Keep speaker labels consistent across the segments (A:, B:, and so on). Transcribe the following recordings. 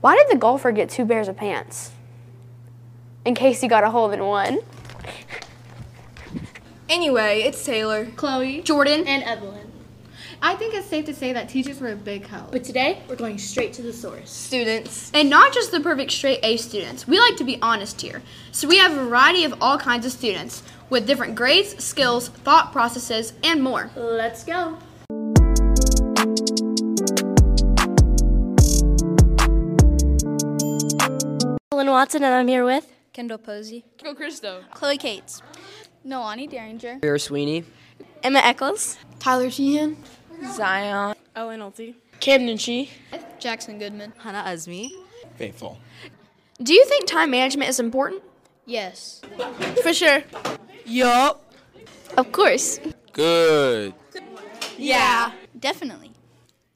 A: Why did the golfer get two pairs of pants? In case he got a hole in one.
B: Anyway, it's Taylor.
C: Chloe,
B: Jordan.
C: and Evelyn.
D: I think it's safe to say that teachers were a big help.
C: But today, we're going straight to the source.
B: Students.
E: And not just the perfect straight A students. We like to be honest here. So we have a variety of all kinds of students with different grades, skills, thought processes, and more.
C: Let's go.
F: Ellen Watson, and I'm here with.
G: Kendall Posey,
H: Go Christo.
G: Chloe Cates, Nolani Derringer,
I: Vera Sweeney.
F: Emma Eccles.
B: Tyler Sheehan.
H: Zion.
F: Owen Ulte.
I: Camden She.
G: Jackson Goodman.
H: Hannah Azmi.
J: Faithful.
E: Do you think time management is important?
G: Yes.
H: For sure. Yup.
E: Of course.
J: Good.
H: Yeah.
G: Definitely.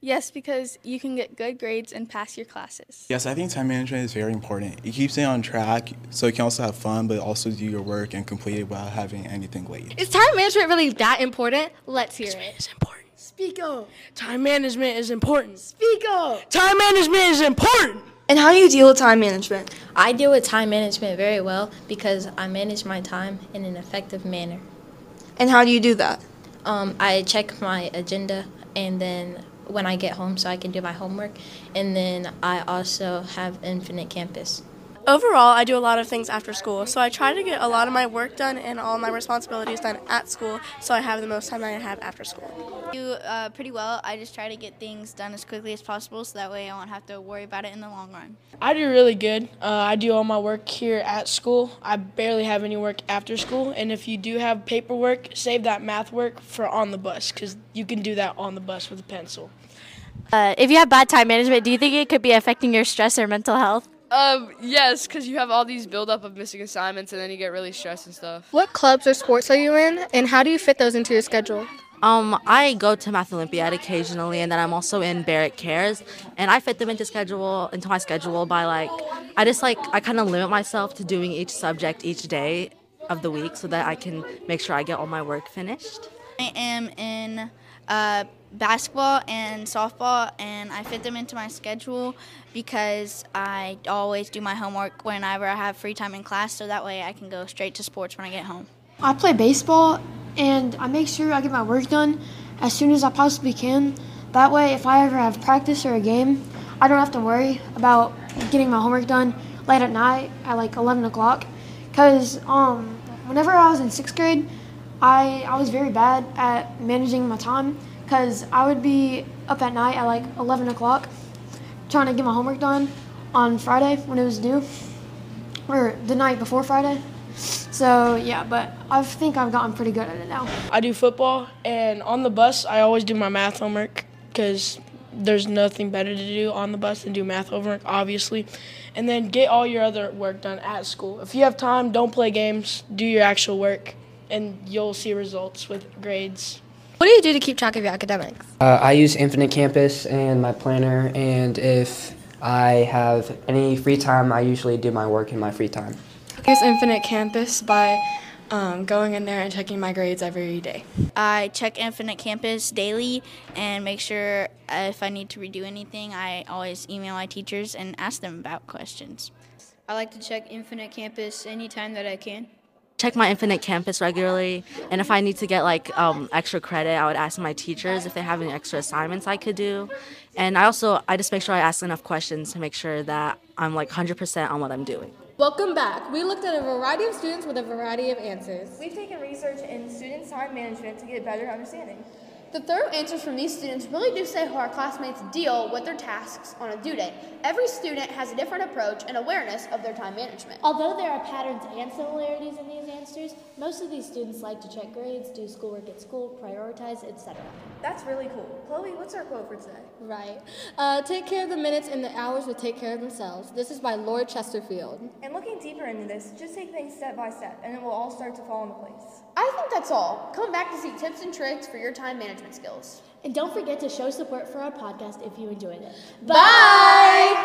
G: Yes, because you can get good grades and pass your classes.
J: Yes, I think time management is very important. It keeps you on track, so you can also have fun, but also do your work and complete it without having anything late.
D: Is time management really that important? Let's hear it.
I: It's important. Speak up. Time management is important. Speak up. Time management is important.
B: And how do you deal with time management?
K: I deal with time management very well because I manage my time in an effective manner.
B: And how do you do that?
K: Um, I check my agenda and then when I get home so I can do my homework. And then I also have Infinite Campus.
L: Overall, I do a lot of things after school, so I try to get a lot of my work done and all my responsibilities done at school so I have the most time that I have after school.
M: I do uh, pretty well. I just try to get things done as quickly as possible so that way I won't have to worry about it in the long run.
I: I do really good. Uh, I do all my work here at school. I barely have any work after school. And if you do have paperwork, save that math work for on the bus because you can do that on the bus with a pencil.
F: Uh, if you have bad time management, do you think it could be affecting your stress or mental health?
H: Um, yes, because you have all these buildup of missing assignments and then you get really stressed and stuff.
D: What clubs or sports are you in, and how do you fit those into your schedule?
N: Um, I go to Math Olympiad occasionally, and then I'm also in Barrett Cares, and I fit them into schedule into my schedule by like I just like I kind of limit myself to doing each subject each day of the week so that I can make sure I get all my work finished.
M: I am in uh, basketball and softball, and I fit them into my schedule because I always do my homework whenever I have free time in class, so that way I can go straight to sports when I get home.
O: I play baseball and I make sure I get my work done as soon as I possibly can. That way, if I ever have practice or a game, I don't have to worry about getting my homework done late at night at like 11 o'clock. Because um, whenever I was in sixth grade, I, I was very bad at managing my time because I would be up at night at like 11 o'clock trying to get my homework done on Friday when it was due, or the night before Friday. So yeah, but I think I've gotten pretty good at it now.
I: I do football, and on the bus, I always do my math homework because there's nothing better to do on the bus than do math homework, obviously. And then get all your other work done at school. If you have time, don't play games, do your actual work, and you'll see results with grades.
D: What do you do to keep track of your academics?
P: Uh, I use Infinite Campus and my planner, and if I have any free time, I usually do my work in my free time.
Q: I use Infinite Campus by um, going in there and checking my grades every day.
M: I check Infinite Campus daily and make sure if I need to redo anything, I always email my teachers and ask them about questions.
G: I like to check Infinite Campus anytime that I can.
N: Check my Infinite Campus regularly, and if I need to get like um, extra credit, I would ask my teachers if they have any extra assignments I could do. And I also I just make sure I ask enough questions to make sure that I'm like 100% on what I'm doing.
C: Welcome back. We looked at a variety of students with a variety of answers.
B: We've taken research in student time management to get better understanding.
E: The thorough answers from these students really do say how our classmates deal with their tasks on a due date. Every student has a different approach and awareness of their time management.
C: Although there are patterns and similarities in these answers, most of these students like to check grades, do schoolwork at school, prioritize, etc.
B: That's really cool. Chloe, what's our quote for today?
C: Right. Uh, take care of the minutes and the hours will take care of themselves. This is by Lord Chesterfield.
B: And looking deeper into this, just take things step by step and it will all start to fall into place.
E: I think that's all. Come back to see tips and tricks for your time management skills.
C: And don't forget to show support for our podcast if you enjoyed it.
E: Bye! Bye.